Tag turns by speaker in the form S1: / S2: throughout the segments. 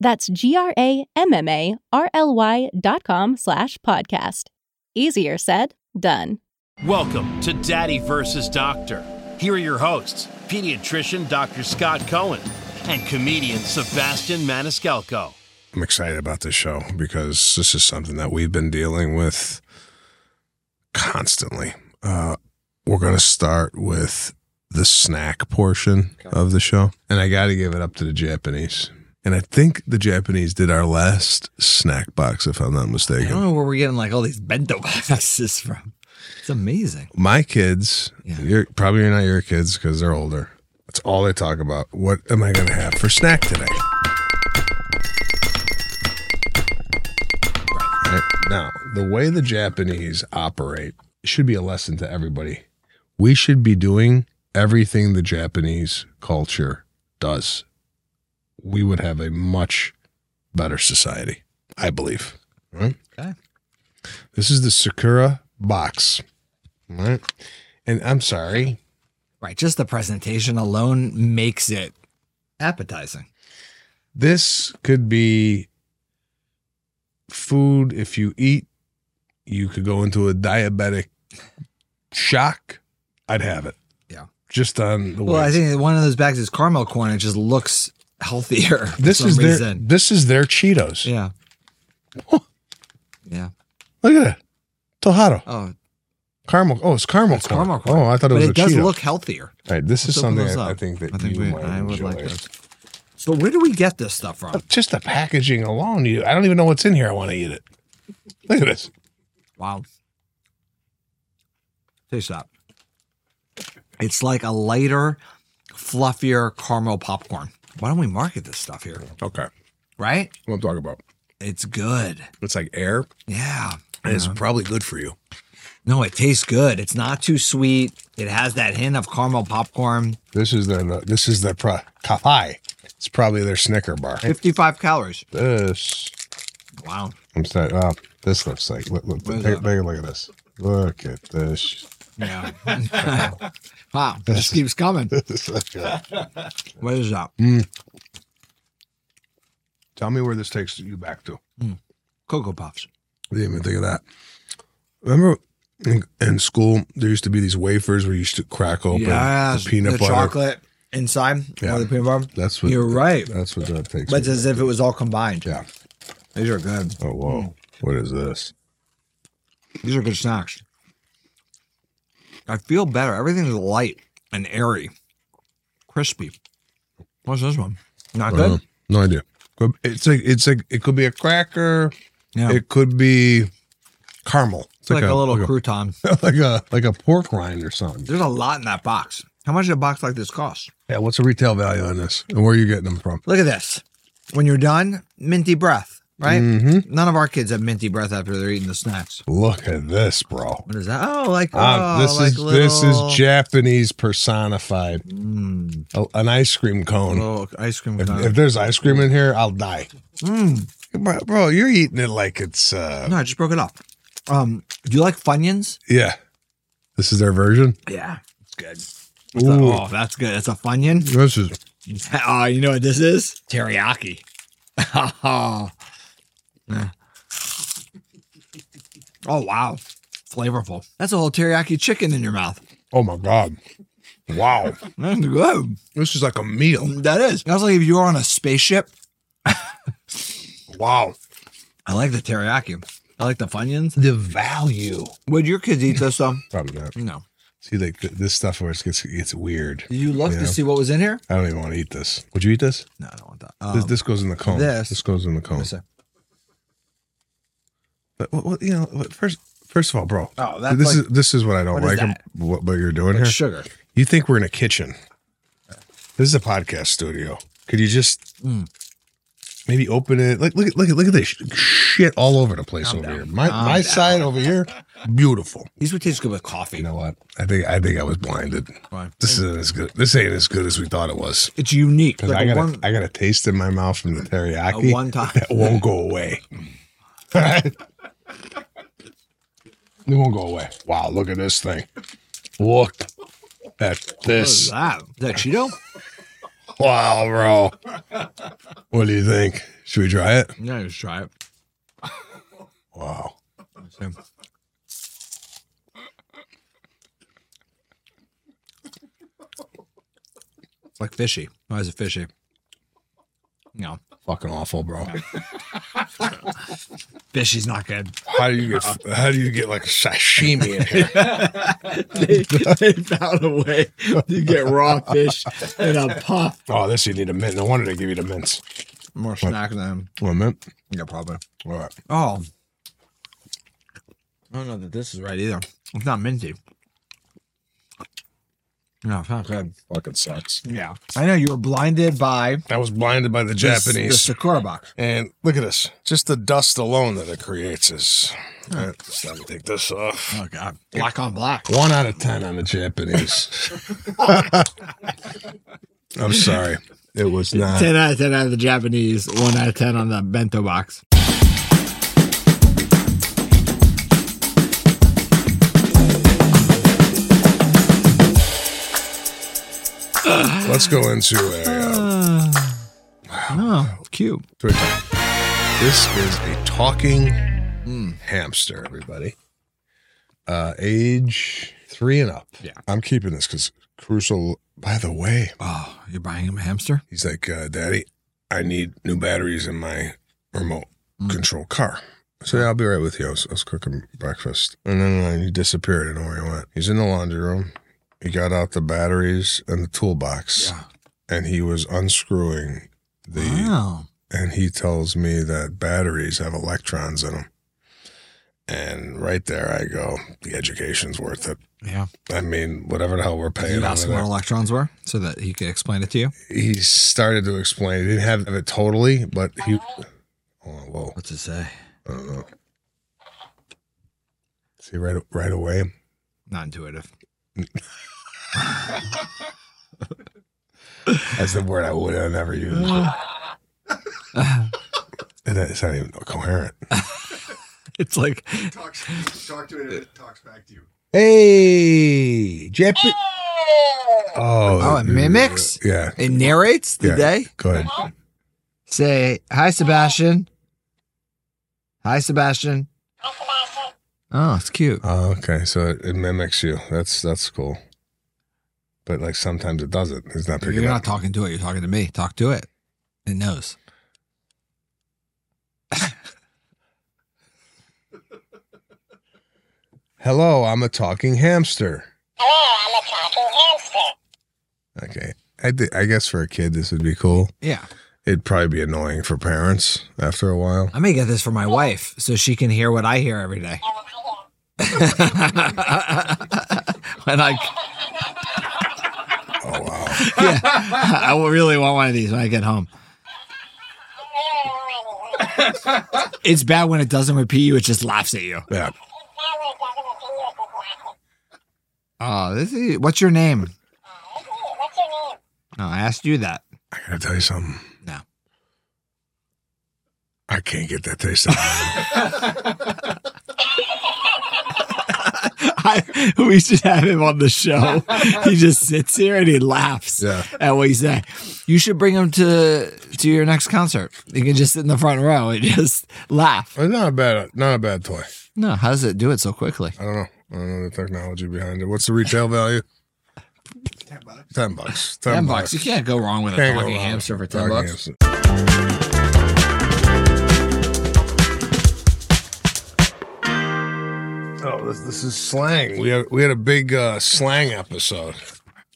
S1: That's G R A M M A R L Y dot com slash podcast. Easier said, done.
S2: Welcome to Daddy versus Doctor. Here are your hosts, pediatrician Dr. Scott Cohen and comedian Sebastian Maniscalco.
S3: I'm excited about this show because this is something that we've been dealing with constantly. Uh, we're going to start with the snack portion of the show. And I got to give it up to the Japanese. And I think the Japanese did our last snack box, if I'm not
S4: I don't
S3: mistaken.
S4: know where we're getting like all these bento boxes from. It's amazing.
S3: My kids,
S4: Yeah.
S3: you're probably not your kids because they're older. That's all they talk about. What am I going to have for snack today? Right. Now, the way the Japanese operate should be a lesson to everybody. We should be doing everything the Japanese culture does. We would have a much better society, I believe. All Right?
S4: Okay.
S3: This is the Sakura box. All Right? And I'm sorry,
S4: Right. Just the presentation alone makes it appetizing.
S3: this could be food if you eat you could go into a diabetic shock i'd have it
S4: Yeah.
S3: just on the way
S4: Well, I think one of those bags is caramel corn. It just looks healthier. For
S3: this
S4: some
S3: is their
S4: reason.
S3: this is their cheetos
S4: Yeah. Yeah.
S3: look at that Tojado.
S4: Oh,
S3: caramel oh it's caramel,
S4: it's
S3: corn.
S4: caramel corn.
S3: oh i thought it
S4: but
S3: was a
S4: it does
S3: cheeto
S4: look healthier.
S3: all right this is
S4: Let's open
S3: something
S4: those
S3: I, I
S4: up.
S3: think that
S4: I think
S3: you
S4: we-
S3: might
S4: I would
S3: enjoy.
S4: like those. So where do we get this stuff from?
S3: just the packaging alone you i don't even know what's in here i want to eat it look at this
S4: Wow. Taste that. It's like a lighter, fluffier caramel popcorn. Why don't we market this stuff here?
S3: okay
S4: Right?
S3: what i'm talking about
S4: It's good.
S3: it's like air
S4: Yeah.
S3: and it's probably good for you
S4: No, it tastes good. It's not too sweet. It has that hint of caramel popcorn.
S3: This is their this is their pro, Kafai. It's probably their Snicker bar.
S4: 55 calories.
S3: This
S4: Wow.
S3: I'm sorry. Wow, this looks like look look look,
S4: What is
S3: take,
S4: that?
S3: take a look at this. Look at this.
S4: Yeah. wow. This keeps coming. What is that?
S3: Tell me where this takes you back to.
S4: Cocoa Puffs.
S3: Didn't even think of that. Remember in, in school there used to be these wafers where you used to crack open
S4: Yes,
S3: the peanut
S4: the
S3: butter.
S4: chocolate inside
S3: Yeah.
S4: or the peanut butter.
S3: That's what
S4: You're right.
S3: That's what that takes.
S4: But it's
S3: me.
S4: as if it was all combined.
S3: yeah.
S4: These are good.
S3: Oh whoa. What is this?
S4: These are good snacks. I feel better. Everything's light and airy, crispy. What's this one? Not good.
S3: Uh, no idea. Could- It's like it's like it could be a cracker.
S4: Yeah, it's
S3: It could be caramel. It's
S4: like, a, little
S3: like
S4: crouton.
S3: a, like a like a pork rind or something.
S4: There's a lot in that box. How much does a box like this cost?
S3: Yeah, what's the retail value on this? And where are you getting them from?
S4: Look at this. When you're done, minty breath. Right?
S3: Mhm.
S4: None of our kids have minty breath after they're eating the snacks.
S3: Look at this, bro.
S4: What is that? Oh, like
S3: Ah,
S4: oh,
S3: this
S4: like
S3: is this
S4: little-
S3: is Japanese personified.
S4: Mm,
S3: A- an ice cream cone.
S4: little ice cream.
S3: If,
S4: cone.
S3: if there's ice cream in here, I'll die.
S4: Mm.
S3: Bro, bro, you're eating it like it's uh
S4: No, I just broke it off. Um, do you like Funyuns?
S3: yeah. This is their version.
S4: Yeah, it's good. What's that?
S3: Ooh,
S4: Oh, that's good. That's a Funyun.
S3: this is
S4: Oh, you know what this is? Teriyaki. oh, Oh, wow. Flavorful. That's a whole teriyaki chicken in your mouth.
S3: oh my god. Wow.
S4: That's good.
S3: this is like a meal.
S4: That is. That's like if you were on a spaceship.
S3: Wow.
S4: I like the teriyaki. I like the Funyuns.
S3: The value.
S4: Would your kids eat this though?
S3: Probably not.
S4: No.
S3: See, like th- this stuff where it gets it's weird.
S4: Did you look
S3: Yeah.
S4: to see what was in here?
S3: I don't even want to eat this. Would you eat this?
S4: No, I don't want that.
S3: this,
S4: Um,
S3: this goes in the cone.
S4: this-
S3: this goes in the cone.
S4: what's that?
S3: But, well, well, you know, but first, first of all, bro.
S4: Oh, that's
S3: this
S4: like-
S3: is this is what I don't
S4: What is
S3: like.
S4: that?
S3: ab- What, what you're doing
S4: Like
S3: here?
S4: sugar.
S3: You think we're in a kitchen? This is a podcast studio. Could you just
S4: Mm.
S3: maybe open it? Like, look at look at look at this sh- shit all over the place
S4: Calm
S3: over
S4: down.
S3: here. My
S4: Calm
S3: my
S4: down.
S3: side over here, beautiful.
S4: These would taste good with coffee.
S3: You know what? I think I think I was blinded.
S4: Fine.
S3: This isn't as good. This ain't as good as we thought it was.
S4: It's unique.
S3: Because
S4: Like
S3: I
S4: a
S3: got
S4: one,
S3: a, I got a taste in my mouth from the
S4: a
S3: teriyaki
S4: one time.
S3: that won't go away. it won't go away. Wow! Look at this thing. Look at
S4: What is
S3: this.
S4: that? Is that Cheeto?
S3: Wow, bro. What do you think? Should we try it?
S4: Yeah, just try it.
S3: Wow.
S4: Same. It's like fishy. Why is it fishy? No,
S3: Fucking awful, bro.
S4: fishy's not good.
S3: How do you get how do you get like sashimi in here?
S5: they, they found a way to get raw fish in a pot.
S3: Oh, this you need a mint. No wonder they give you the mints.
S4: More snack than
S3: One mint?
S4: yeah, probably.
S3: All right.
S4: Oh, I don't know that this is right either. It's not minty. No, it's not good.
S3: Fucking sucks.
S4: Yeah, I know you were blinded by
S3: I was blinded by the
S4: this-
S3: Japanese.
S4: the sakura box.
S3: And look at this. Just the dust alone that it creates is. All right, it's time to take this off.
S4: Oh god, black on black.
S3: One out of ten on the Japanese. I'm sorry. It was not.
S5: 10 out of 10 out of the Japanese, 1 out of 10 on the bento box.
S3: Let's go into a. Uh,
S4: Oh, cute.
S3: to a time. This is a talking hamster, everybody. Uh, age three and up.
S4: Yeah.
S3: I'm keeping this because Crucial, by the way,
S4: Oh, you're buying him a hamster?
S3: he's like, uh, Daddy, I need new batteries in my remote control car. So yeah, I'll be right with you. I was, I was cooking breakfast. And then uh, he disappeared. I don't know where he went. He's in the laundry room. He got out the batteries and the toolbox
S4: Yeah. Ah.
S3: and he was unscrewing the
S4: Wow.
S3: and he tells me that batteries have electrons in them. And right there, I go, the education's worth it.
S4: Yeah.
S3: I mean, whatever the hell we're
S4: Did you
S3: paying on
S4: ask him what electrons were so that he could explain it to you?
S3: He started to explain. He didn't have it totally, but he. Oh, whoa!
S4: What's it say?
S3: I don't know. See right right away.
S4: Not intuitive.
S3: That's the word I would have never used. And it's not even coherent.
S4: It's like
S6: talks talk to it and it talks back to you.
S3: Hey, Jeopardy. Oh,
S5: Oh, it mimics?
S3: Yeah,
S5: It narrates
S3: the Yeah.
S5: day.
S3: go ahead.
S5: Say, hi, Sebastian. Hi, Sebastian.
S4: oh, it's cute.
S3: Oh, okay. So it, it mimics you. That's that's cool. But like sometimes it doesn't. It's not
S4: You're
S3: picking
S4: not
S3: up.
S4: talking to it. You're talking to me. Talk to it. It knows.
S3: Hello, I'm a talking hamster.
S7: Hello, I'm a talking hamster.
S3: Okay. I, thi- I guess for a kid this would be cool.
S4: Yeah.
S3: It'd probably be annoying for parents after a while.
S4: I may get this for my wife so she can hear what I hear every day. when I,
S3: Oh wow.
S5: Yeah. I will really want one of these when I get home. It's bad when it doesn't repeat you, it just laughs at you.
S3: yeah.
S5: Oh, this is, what's your name?
S7: What's your name?
S5: Oh, I asked you that.
S3: I gotta tell you something.
S4: No.
S3: I can't get that taste out. of me.
S5: I, we should have him on the show. He just sits here and he laughs
S3: Yeah.
S5: at what you say.
S4: you should bring him to to your next concert. You can just sit in the front row and just laugh.
S3: It's not a bad not a bad toy.
S4: No, how does it do it so quickly?
S3: I don't know. I don't know the technology behind it. What's the retail value? Ten bucks. Ten,
S4: Ten
S3: bucks.
S4: bucks. You can't go wrong with a
S3: Can't go
S4: talking
S3: wrong.
S4: hamster for ten
S3: Talking
S4: bucks.
S3: hamster. Oh, this, this is slang. We had we had a big uh, slang episode.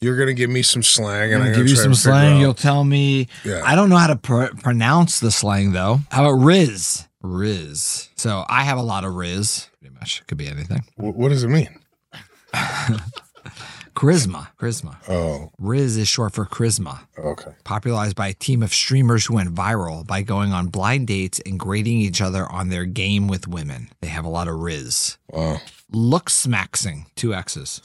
S3: You're gonna give me some slang, and
S4: I'm
S3: I'm
S4: gonna
S3: gonna
S4: give you
S3: try
S4: some
S3: to figure
S4: slang. You'll
S3: out-
S4: tell me.
S3: Yeah.
S4: I don't know how to pr- pronounce the slang though. How about Riz? Riz. So I have a lot of Riz. Pretty much, could be anything.
S3: Wh- what does it mean?
S4: Charisma. Charisma.
S3: Oh,
S4: Riz is short for charisma.
S3: okay.
S4: popularized by a team of streamers who went viral by going on blind dates and grading each other on their game with women. They have a lot of riz.
S3: Wow,
S4: Looks maxing, two X's.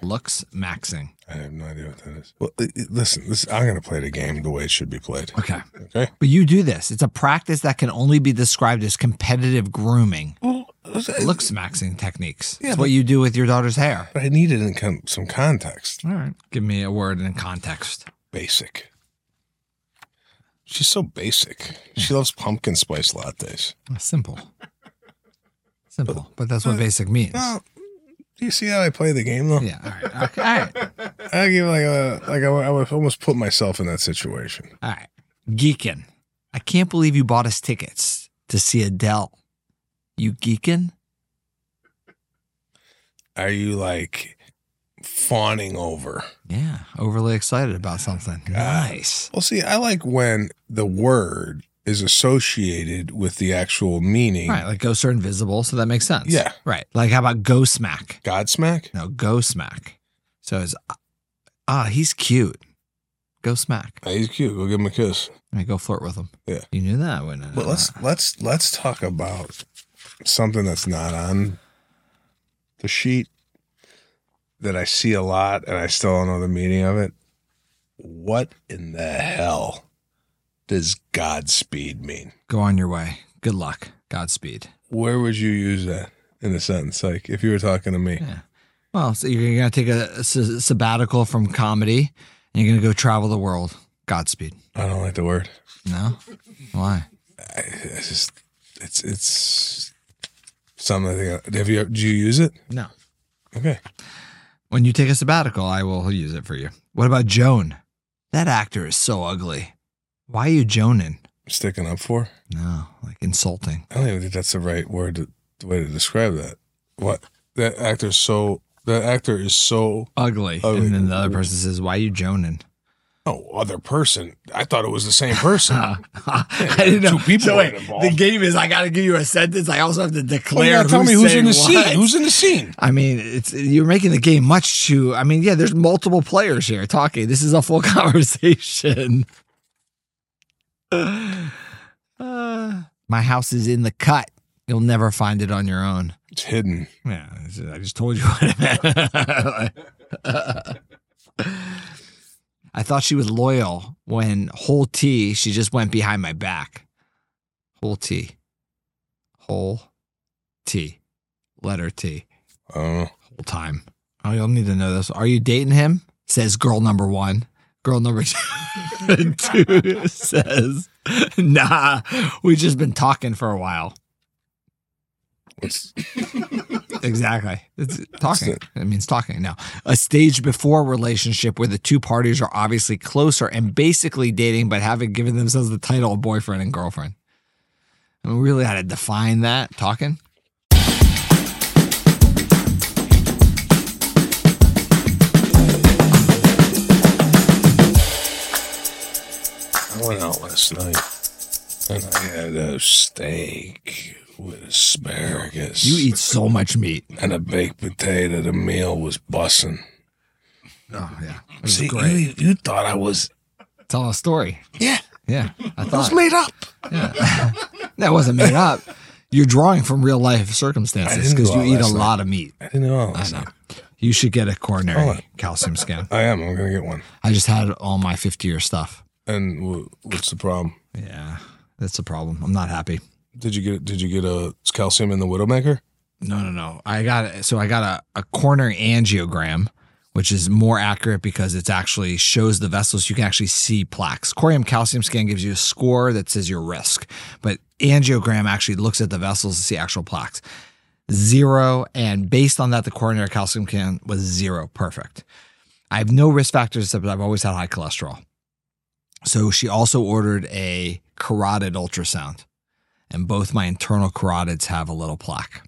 S4: Looks maxing.
S3: I have no idea what that is. Well, i- i- listen, this I'm gonna play the game the way it should be played.
S4: Okay.
S3: Okay.
S4: But you do this. It's a practice that can only be described as competitive grooming.
S3: Well, I-
S4: Looks maxing techniques.
S3: Yeah,
S4: it's
S3: but-
S4: what you do with your daughter's hair.
S3: but I needed in con- some context.
S4: All right. Give me a word in context.
S3: Basic. She's so basic. She loves pumpkin spice lattes.
S4: Simple. Simple. But that's what basic means.
S3: Well, do you see how I play the game though?
S4: Yeah. All right. Okay. All right.
S3: I give like a like I, I would almost put myself in that situation.
S4: All right. Geekin. I can't believe you bought us tickets to see Adele. You geekin?
S3: Are you like fawning over?
S4: Yeah. Overly excited about something. Nice.
S3: Well, see, I like when the word is associated with the actual meaning.
S4: Right. Like ghosts are invisible, so that makes sense.
S3: Yeah.
S4: Right. Like how about Go Smack?
S3: Godsmack.
S4: No, Go Smack. So it's ah, he's cute. Go smack.
S3: Hey, he's cute. Go give him a kiss.
S4: I go flirt with him.
S3: Yeah.
S4: You knew that, wouldn't
S3: But let's let's let's talk about something that's not on the sheet that I see a lot, and I still don't know the meaning of it. What in the hell does Godspeed mean?
S4: go on your way. Good luck. Godspeed.
S3: Where would you use that in a sentence? Like if you were talking to me,
S4: Yeah. Well, so you're going to take a, s- sabbatical from comedy and you're going to go travel the world. Godspeed.
S3: I don't like the word.
S4: No? Why?
S3: I, it's just it's it's something. I think. Have you? Do you use it?
S4: No.
S3: Okay.
S4: When you take a sabbatical, I will use it for you. What about Joan? That actor is so ugly. Why are you Joanin?
S3: Sticking up for.
S4: No, like insulting.
S3: I don't even think that's the right word to, the way to describe that. What that actor's so that actor is so
S4: Ugly.
S3: Ugly.
S4: And then the other person says, Why are you Joanin?
S3: no other person. I thought it was the same person.
S4: I didn't
S3: Two
S4: know.
S3: people
S4: so wait,
S3: were involved.
S4: the game is I got to give you a sentence. I also have to
S3: Well, you
S4: declare.
S3: gotta tell me who's in the
S4: saying
S3: scene.
S4: what.
S3: Who's in the scene?
S4: I mean, it's you're making the game much too. I mean, yeah, there's multiple players here talking. This is a full conversation. Uh, my house is in the cut. You'll never find it on your own.
S3: It's hidden.
S4: Yeah, I just told you what it meant. I thought she was loyal when whole tea. She just went behind my back. Whole tea. Whole tea. Letter T
S3: I don't know.
S4: whole time. Oh, you'll need to know this. Are you dating him? Says girl number one. Girl number two, two says, nah, we've just been talking for a while.
S3: It's,
S4: Exactly. It's talking.
S3: it.
S4: It means talking now. A stage before relationship where the two parties are obviously closer and basically dating, but haven't given themselves the title of boyfriend and girlfriend. I mean, really had to define that talking.
S3: I went out last night and I had a steak with asparagus.
S4: You eat so much meat.
S3: and a baked potato. The meal was bussin'.
S4: Oh, yeah. It was
S3: See,
S4: great.
S3: you, you thought I was
S4: Tell a story.
S3: yeah.
S4: Yeah. I
S3: It was
S4: thought.
S3: made up.
S4: That wasn't made up. You're drawing from real life
S3: I
S4: circumstances
S3: didn't
S4: because
S3: go out
S4: you eat a
S3: last night.
S4: lot of meat.
S3: I Oh. didn't know.
S4: I know. You should get a coronary
S3: Hold on.
S4: calcium scan.
S3: I am. I'm gonna get one.
S4: I just had all my 50 year stuff.
S3: And w- what's the problem?
S4: Yeah, that's a problem. I'm not happy.
S3: Did you get did you get a calcium in the Widowmaker?
S4: No, no, no. I got so I got a, a coronary angiogram, which is more accurate because it's actually shows the vessels. You can actually see plaques. Corium calcium scan gives you a score that says your risk, but angiogram actually looks at the vessels to see actual plaques. Zero, and based on that, the coronary calcium scan was zero. Perfect. I have no risk factors except that I've always had high cholesterol. So she also ordered a carotid ultrasound, and both my internal carotids have a little plaque.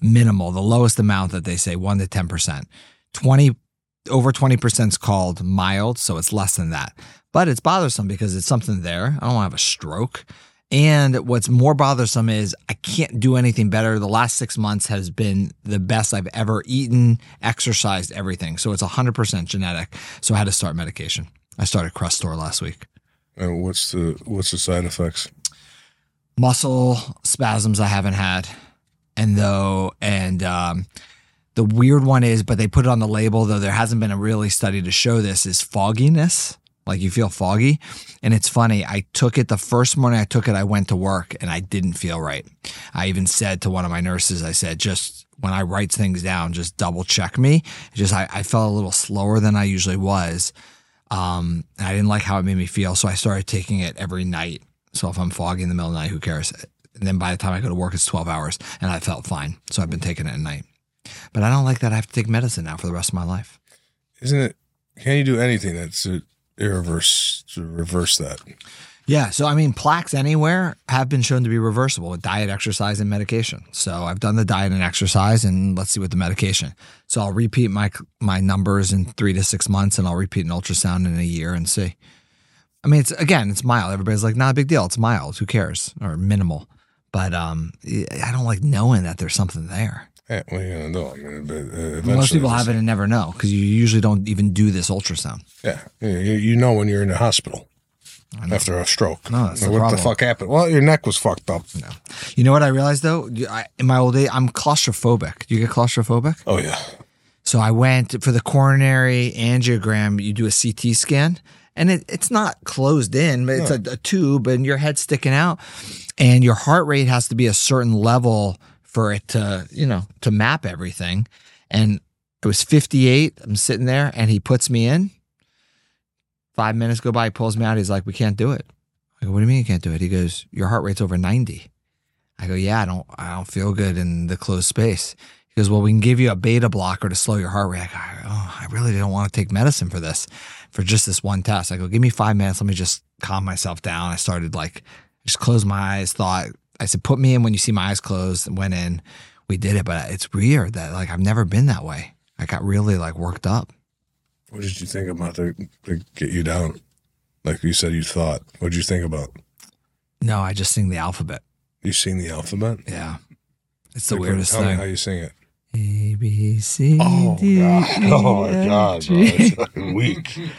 S4: minimal, the lowest amount that they say, one to 10%. 20 over 20% is called mild, so it's less than that. But it's bothersome because it's something there. I don't want to have a stroke. And what's more bothersome is I can't do anything better. The last six months has been the best I've ever eaten, exercised, everything. So it's 100% genetic. So I had to start medication. I started Crestor last week.
S3: And what's the what's the side effects?
S4: muscle spasms I haven't had, and though and um, the weird one is, but they put it on the label though there hasn't been a really study to show this is fogginess. Like you feel foggy, and it's funny. I took it the first morning I took it. I went to work and I didn't feel right. I even said to one of my nurses, I said just when I write things down, just double check me. Just I, I felt a little slower than I usually was. Um, and I didn't like how it made me feel, so I started taking it every night. So if I'm foggy in the middle of the night, who cares? And then by the time I go to work, it's 12 hours and I felt fine. So I've been taking it at night. But I don't like that I have to take medicine now for the rest of my life.
S3: Isn't it? Can you do anything that's uh, irreverse to reverse that?
S4: Yeah. So, I mean, plaques anywhere have been shown to be reversible with diet, exercise, and medication. So I've done the diet and exercise, and let's see what the medication. So I'll repeat my, my numbers in three to six months, and I'll repeat an ultrasound in a year and see. I mean, it's again, it's mild. Everybody's like, not a big deal. It's mild. Who cares? Or minimal. But um, I don't like knowing that there's something there.
S3: Yeah, what are Eh, you gonna do? I mean, but, uh,
S4: Most
S3: eventually
S4: people have it and never know because you usually don't even do this ultrasound.
S3: Yeah, you, you know when you're in the hospital after a stroke.
S4: No, that's the
S3: what
S4: problem.
S3: the fuck happened? Well, your neck was fucked up.
S4: You know what I realized though? You- I, in my old age, I'm claustrophobic. Do you get claustrophobic?
S3: Oh yeah,
S4: So I went for the coronary angiogram. You do a CT scan, and it, it's not closed in, but it's a, a tube, and your head's sticking out, and your heart rate has to be a certain level for it to, you know, to map everything. And it was 58. I'm sitting there, and he puts me in. Five minutes go by, he pulls me out. He's like, "We can't do it." I go, "What do you mean you can't do it?" He goes, "Your heart rate's over 90." I go, "Yeah, I don't, I don't feel good in the closed space." He goes, Well, we can give you a beta blocker to slow your heart rate. I go, Oh, I really don't want to take medicine for this, for just this one test. I go, Give me five minutes. Let me just calm myself down. I started like, just closed my eyes, thought, I said, Put me in when you see my eyes closed, and went in. We did it, but it's weird that like I've never been that way. I got really like worked up.
S3: what did you think about to, to get you down? Like you said, you thought. What did you think about?
S4: No, I just sing the alphabet.
S3: You seen the alphabet?
S4: Yeah. It's the
S3: Like,
S4: weirdest
S3: tell me
S4: thing.
S3: how you sing it?
S4: A, B, C,
S3: Oh
S4: D,
S3: god!
S4: E,
S3: Oh my
S4: F,
S3: god! Bro.
S4: G.
S3: It's fucking weak.
S4: It-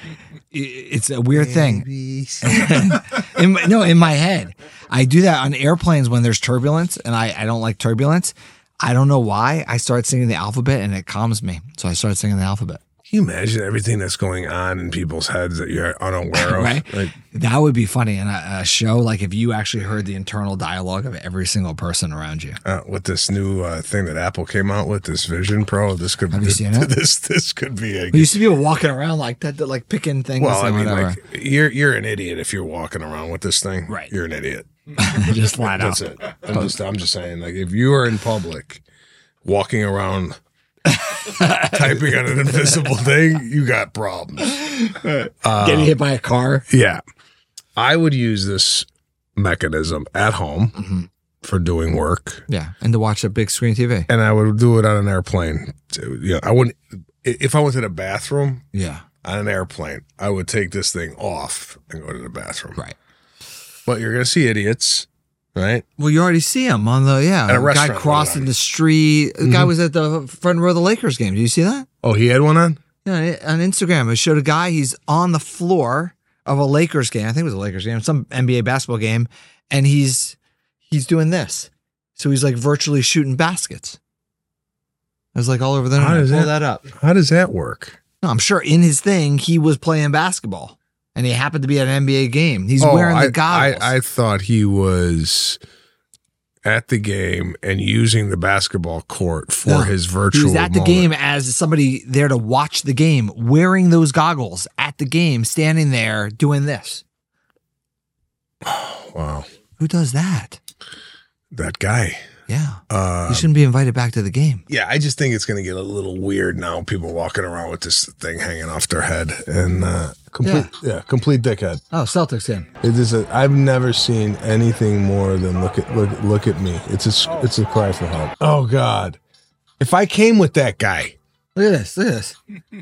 S4: It's a weird thing. in my, no, in my head. I do that on airplanes when there's turbulence, and I, I don't like turbulence. I don't know why. I start singing the alphabet, and it calms me. So I start singing the alphabet.
S3: Can you imagine everything that's going on in people's heads that you're unaware of?
S4: Right.
S3: Like,
S4: That would be funny in a, a show, like if you actually heard the internal dialogue of every single person around you.
S3: uh, with this new uh, thing that Apple came out with, this Vision Pro, this could
S4: Have you
S3: this,
S4: seen it?
S3: this this could be a
S4: There used to be people walking around like that, that, like picking things.
S3: well. I
S4: and
S3: mean,
S4: whatever.
S3: like you're you're an idiot if you're walking around with this thing.
S4: Right.
S3: You're an idiot.
S4: just flat out.
S3: That's it. I'm just I'm just saying, like if you are in public, walking around. typing on an invisible thing, you got problems.
S4: Getting hit by a car.
S3: Yeah. I would use this mechanism at home
S4: Mhm.
S3: for doing work.
S4: Yeah, and to watch a big screen TV.
S3: and I would do it on an airplane. So, Yeah, I wouldn't. i- If I went to the bathroom
S4: Yeah,
S3: on an airplane, I would take this thing off and go to the bathroom.
S4: right.
S3: But you're gonna see idiots, right?
S4: Well, you already see him on the yeah.
S3: At a
S4: the guy
S3: restaurant,
S4: crossing
S3: yeah.
S4: the street. The guy was at the front row of the Lakers game. Did you see that?
S3: Oh, he had one on.
S4: Yeah, on Instagram, it showed a guy he's on the floor of a Lakers game. I think it was a Lakers game, some NBA basketball game, and he's he's doing this. So he's like virtually shooting baskets. It was like all over the
S3: How
S4: internet.
S3: does
S4: Pull
S3: that-
S4: that up.
S3: How does that work?
S4: No, I'm sure in his thing he was playing basketball, and he happened to be at an NBA game. He's
S3: oh,
S4: wearing
S3: I,
S4: the goggles.
S3: I, I thought he was at the game and using the basketball court for
S4: No,
S3: his virtual.
S4: he was at the
S3: moment.
S4: game as somebody there to watch the game, wearing those goggles at the game, standing there doing this.
S3: Wow,
S4: Who does that?
S3: that guy.
S4: Yeah.
S3: Uh,
S4: You shouldn't be invited back to the game.
S3: yeah, I just think it's going to get a little weird now. People walking around with this thing hanging off their head and uh, complete, yeah. complete dickhead.
S4: Oh, Celtics game.
S3: It is. A, I've never seen anything more than look at look look at me. It's a s- it's a cry for help. Oh God, If I came with that guy,
S5: Look at this. Look at this.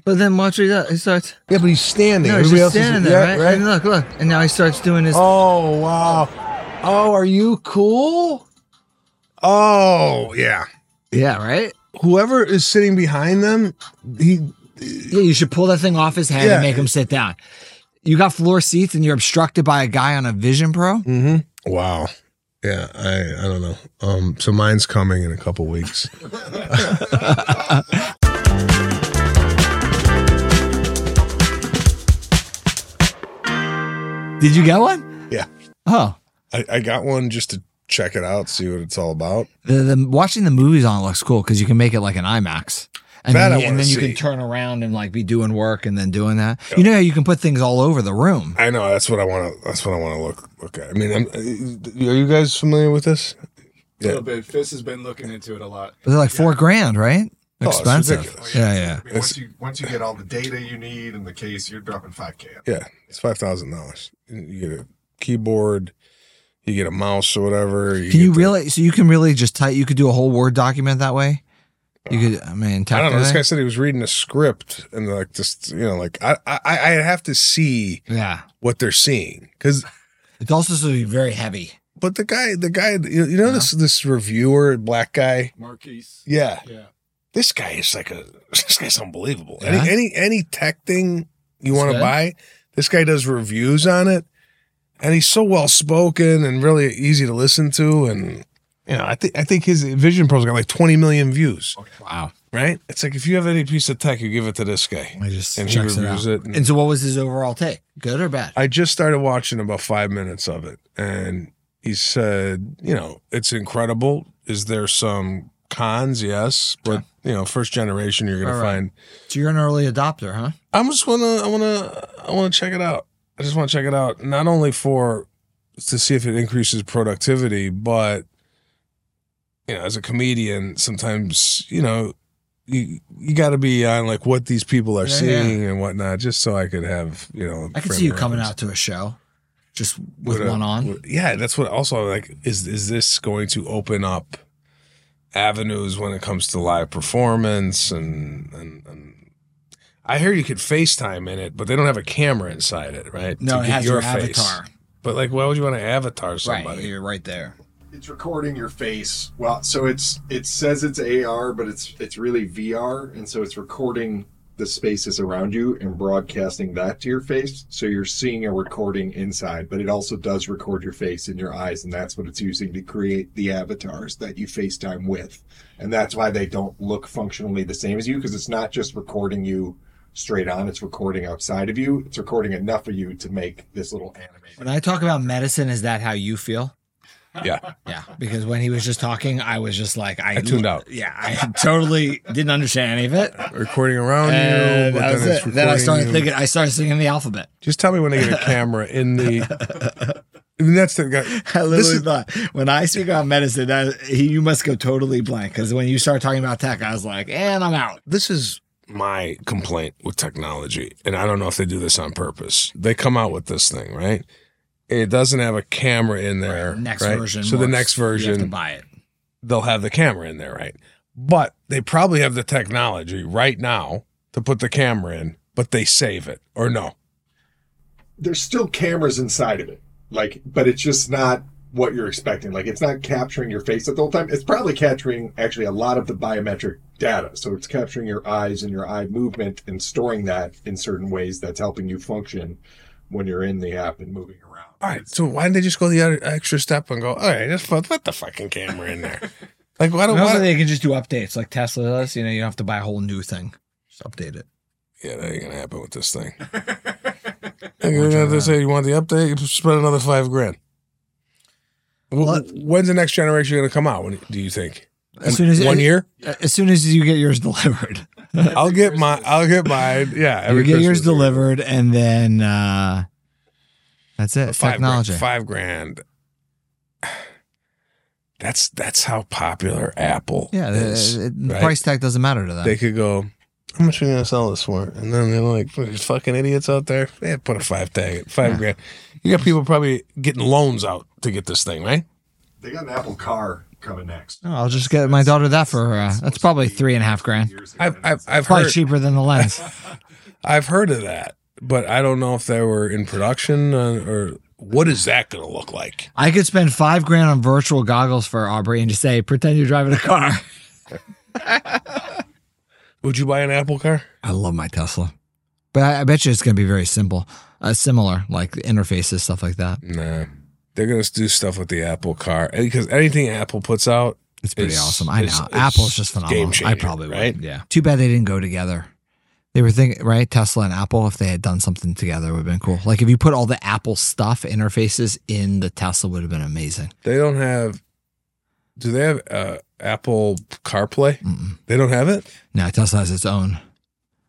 S5: But then watch what he does. He starts.
S3: yeah, but he's standing.
S5: No, he's
S3: Everybody
S5: just
S3: else is-
S5: standing there,
S3: yeah,
S5: right? And look, look. And now he starts doing his.
S3: Oh wow. Oh, are you cool? Oh yeah.
S5: Yeah, right?
S3: Whoever is sitting behind them, he
S4: Yeah, you should pull that thing off his head
S3: Yeah.
S4: and make him sit down. You got floor seats and you're obstructed by a guy on a Vision Pro.
S3: Mm-hmm. Wow. Yeah, I I don't know. Um, so mine's coming in a couple weeks.
S4: Did you get one?
S3: Yeah.
S4: Oh,
S3: I, I got one just to check it out, see what it's all about.
S4: the, the watching the movies on it looks cool because you can make it like an IMAX. And
S3: That
S4: then,
S3: I
S4: you- and
S3: wanna
S4: then you can
S3: see.
S4: turn around and like be doing work and then doing that. You know how you can put things all over the room.
S3: I know that's what I want to. That's what I want to look look at. I mean, I'm, uh, are you guys familiar with this?
S8: A little bit. Fist has been looking into it a lot.
S4: They're like four grand, right?
S3: Oh, it's
S4: Expensive.
S3: ridiculous.
S4: yeah, yeah.
S6: I mean, once you once you get all the data you need in the case, you're dropping five k.
S3: Yeah, it's five thousand dollars. You get a keyboard, you get a mouse or whatever.
S4: Can you
S3: get the-
S4: really? So you can really just type. You could do a whole Word document that way. You could. I mean,
S3: I don't know. This guy
S4: technically.
S3: said he was reading a script and like just you know like I I I have to see
S4: Yeah.
S3: what they're seeing because
S4: It's also so very heavy.
S3: but the guy the guy you, you know this this reviewer black guy
S8: Marquise.
S3: yeah
S8: Yeah.
S3: this guy is like a this guy's unbelievable.
S4: Yeah?
S3: Any any any tech thing you
S4: It's
S3: want to
S4: good.
S3: buy, this guy does reviews on it, and he's so well spoken and really easy to listen to. And you know, I think I think his Vision Pro's got like twenty million views.
S4: Wow.
S3: Right? It's like if you have any piece of tech, you give it to this guy.
S4: I just
S3: And he
S4: checks it out.
S3: reviews it and-
S4: And so, what was his overall take? Good or bad?
S3: I just started watching about five minutes of it, and he said, you know, it's incredible. Is there some cons? Yes, but you know, first generation, you're gonna
S4: All right.
S3: find
S4: so you're an early adopter, huh?
S3: I'm just wanna I wanna I wanna check it out. I just wanna check it out not only for to see if it increases productivity, but you know, as a comedian, sometimes you know you you got to be on like what these people are
S4: Yeah,
S3: seeing and whatnot, just so I could have you know.
S4: I could
S3: frame
S4: see you
S3: of
S4: coming
S3: reference.
S4: out to a show, just with
S3: What, uh,
S4: one on.
S3: what- yeah, that's what also like is is this going to open up avenues when it comes to live performance and and, and I hear you could FaceTime in it, but they don't have a camera inside it, right?
S4: no,
S3: To
S4: it
S3: get
S4: has your,
S3: face.
S4: avatar.
S3: But like, why would you want to avatar
S4: Right,
S3: somebody?
S4: you're right there.
S6: It's recording your face. Well, so it's it says it's AR, but it's it's really VR, and so it's recording the spaces around you and broadcasting that to your face. So you're seeing a recording inside, but it also does record your face and your eyes, and that's what it's using to create the avatars that you FaceTime with. And that's why they don't look functionally the same as you because it's not just recording you straight on; it's recording outside of you. It's recording enough of you to make this little animation.
S4: When I talk about medicine, is that how you feel?
S3: Yeah.
S4: Yeah, because when he was just talking, I was just like, I,
S3: I tuned out.
S4: Yeah, I totally didn't understand any of it.
S3: Recording around you,
S4: And
S3: but
S4: that
S3: then
S4: was
S3: it's
S4: it. Then I
S3: recording
S4: started
S3: you.
S4: thinking. I started singing the alphabet.
S3: Just tell me when they get a camera in the. I mean, that's the guy.
S4: I
S3: This
S4: literally
S3: is-
S4: thought when I speak about medicine, that, he, you must go totally blank because when you start talking about tech, I was like, and I'm out.
S3: this is my complaint with technology, and I don't know if they do this on purpose. They come out with this thing, right? It doesn't have a camera in there.
S4: Next
S3: right?
S4: version.
S3: So the
S4: works.
S3: next
S4: you have to
S3: version,
S4: buy it.
S3: they'll have the camera in there, right? But they probably have the technology right now to put the camera in, but they save it or no.
S6: there's still cameras inside of it. Like, but it's just not what you're expecting. Like, it's not capturing your face at the whole time. It's probably capturing actually a lot of the biometric data. So it's capturing your eyes and your eye movement and storing that in certain ways that's helping you function when you're in the app and moving around.
S3: All right. So why didn't they just go the other extra step and go, all right, just put, put the fucking camera in there? Like, why don't, why
S4: Also,
S3: don't
S4: they can just do updates like Tesla does. You know, you don't have to buy a whole new thing. Just update it.
S3: Yeah, that ain't gonna happen with this thing. They're gonna have to say, "You want the update? You spend another five grand." Wh-
S4: What?
S3: When's the next generation gonna come out? When do you think?
S4: As soon as
S3: one year,
S4: As soon as you get yours delivered,
S3: I'll get my, I'll get mine. Yeah,
S4: you get yours
S3: Christmas.
S4: delivered, and then uh, that's it.
S3: Five grand-
S4: Technology.
S3: five grand. That's that's how popular Apple.
S4: Yeah, the,
S3: is,
S4: the- the
S3: right?
S4: price tag doesn't matter to them.
S3: They could go. How much are we gonna sell this for? And then they're like, "There's "Fucking idiots out there!" Yeah, put a five tag, five
S4: Yeah.
S3: grand. You got people probably getting loans out to get this thing, right?
S6: They got an Apple car coming next.
S4: Oh, I'll just get my daughter that for uh, that's probably three and a half grand.
S6: Years ago,
S3: I've
S6: and
S3: I've,
S6: it's-
S3: I've
S4: Probably
S3: heard
S4: cheaper than the lens.
S3: I've heard of that, but I don't know if they were in production uh, or what is that going to look like.
S4: I could spend five grand on virtual goggles for Aubrey and just say, pretend you're driving a car.
S3: Would you buy an Apple car?
S4: I love my Tesla, but I, I bet you it's going to be very simple, uh, similar like the interfaces, stuff like that.
S3: Nah, they're going to do stuff with the Apple car because anything Apple puts out,
S4: It's pretty
S3: It's-
S4: awesome. I know
S3: it's- it's
S4: Apple's just phenomenal.
S3: game-changing,
S4: I probably would.
S3: right?
S4: Yeah. Too bad they didn't go together. They were thinking, right? Tesla and Apple. If they had done something together, would have been cool. Like if you put all the Apple stuff interfaces in the Tesla, would have been amazing.
S3: they don't have. Do they have uh, Apple CarPlay?
S4: Mm-mm.
S3: They don't have it.
S4: No, Tesla has its own.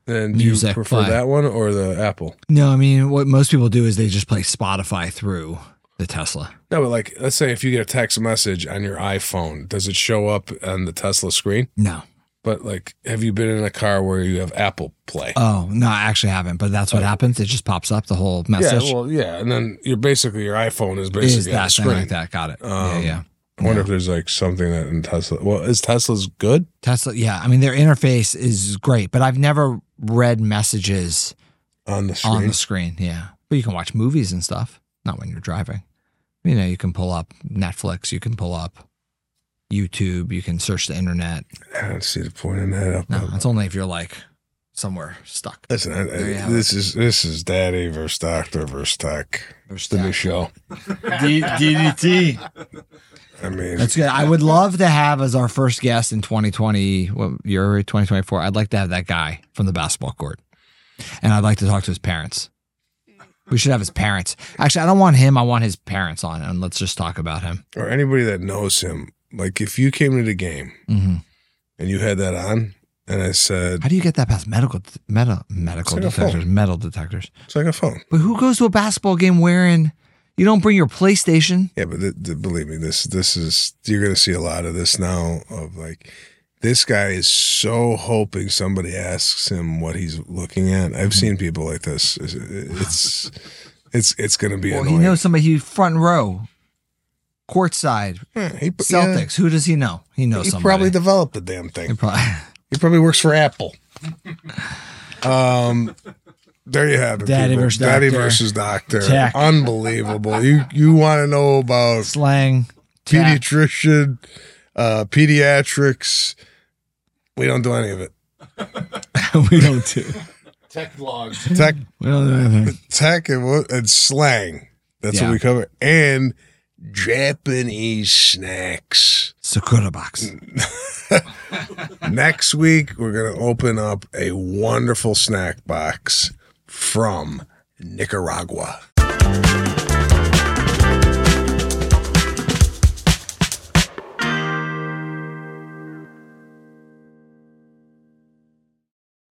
S3: Then do you
S4: Music
S3: prefer
S4: play.
S3: that one or the Apple?
S4: No, I mean what most people do is they just play Spotify through the Tesla.
S3: No, but like, let's say if you get a text message on your iPhone, does it show up on the Tesla screen?
S4: No.
S3: But like, have you been in a car where you have Apple Play?
S4: Oh no, I actually haven't. But that's what happens. It just pops up the whole message.
S3: Oh. Yeah, well, yeah, and then you're basically your iPhone is
S4: It
S3: basically on
S4: is
S3: the
S4: that thing
S3: screen.
S4: like that? Got it. yeah,
S3: Um,
S4: yeah.
S3: I wonder if there's like something that in Tesla. Well, is Tesla's good?
S4: Tesla, yeah. I mean, their interface is great, but I've never read messages
S3: on the screen.
S4: on the screen. Yeah. But you can watch movies and stuff, not when you're driving. You know, you can pull up Netflix, you can pull up YouTube, you can search the internet.
S3: I don't see the point in that. Up.
S4: No, it's only if you're like somewhere stuck.
S3: Listen, I,
S4: There you
S3: I,
S4: have
S3: this is this is Daddy versus Doctor versus Tech.
S4: There's
S3: The new
S4: that.
S3: show.
S5: D- DDT.
S3: I mean,
S4: That's good. I would love to have as our first guest in 2020, what year, 2024. I'd like to have that guy from the basketball court. And I'd like to talk to his parents. We should have his parents. Actually, I don't want him. I want his parents on, and let's just talk about him.
S3: or anybody that knows him. Like, if you came to the game
S4: hmm
S3: and you had that on, and I said
S4: How do you get that past medical meta, medical
S3: It's like a
S4: detectors, metal detectors?
S3: it's like a phone.
S4: But who goes to a basketball game wearing? You don't bring your PlayStation.
S3: Yeah, but th- th- believe me, this this is you're gonna see a lot of this now. Of like, this guy is so hoping somebody asks him what he's looking at. I've seen
S4: Mm-hmm.
S3: people like this. It's it's it's, it's gonna be
S4: Well, he
S3: annoying.
S4: knows somebody. He front row, courtside,
S3: Yeah, he, yeah.
S4: Celtics. Who does he know? He knows
S3: he
S4: somebody.
S3: probably developed the damn
S4: He
S3: thing.
S4: probably.
S3: He probably works for Apple. um, there you have it.
S4: Daddy
S3: people.
S4: versus
S3: Daddy
S4: Doctor.
S3: versus Doctor.
S4: Tech.
S3: Unbelievable. You you want to know about
S4: slang. tech.
S3: pediatrician, uh, pediatrics? We don't do any of it.
S4: we don't do.
S8: Tech logs.
S3: Tech,
S4: We don't do anything.
S3: tech, and, what- and slang. That's
S4: Yeah.
S3: what we cover. And Japanese snacks.
S4: Sakura box.
S3: Next week, we're going to open up a wonderful snack box from Nicaragua.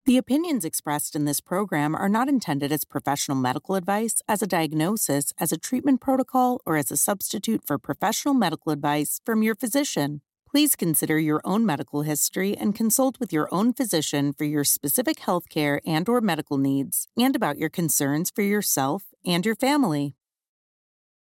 S9: The opinions expressed in this program are not intended as professional medical advice, as a diagnosis, as a treatment protocol, or as a substitute for professional medical advice from your physician. Please consider your own medical history and consult with your own physician for your specific healthcare and or medical needs and about your concerns for yourself and your family.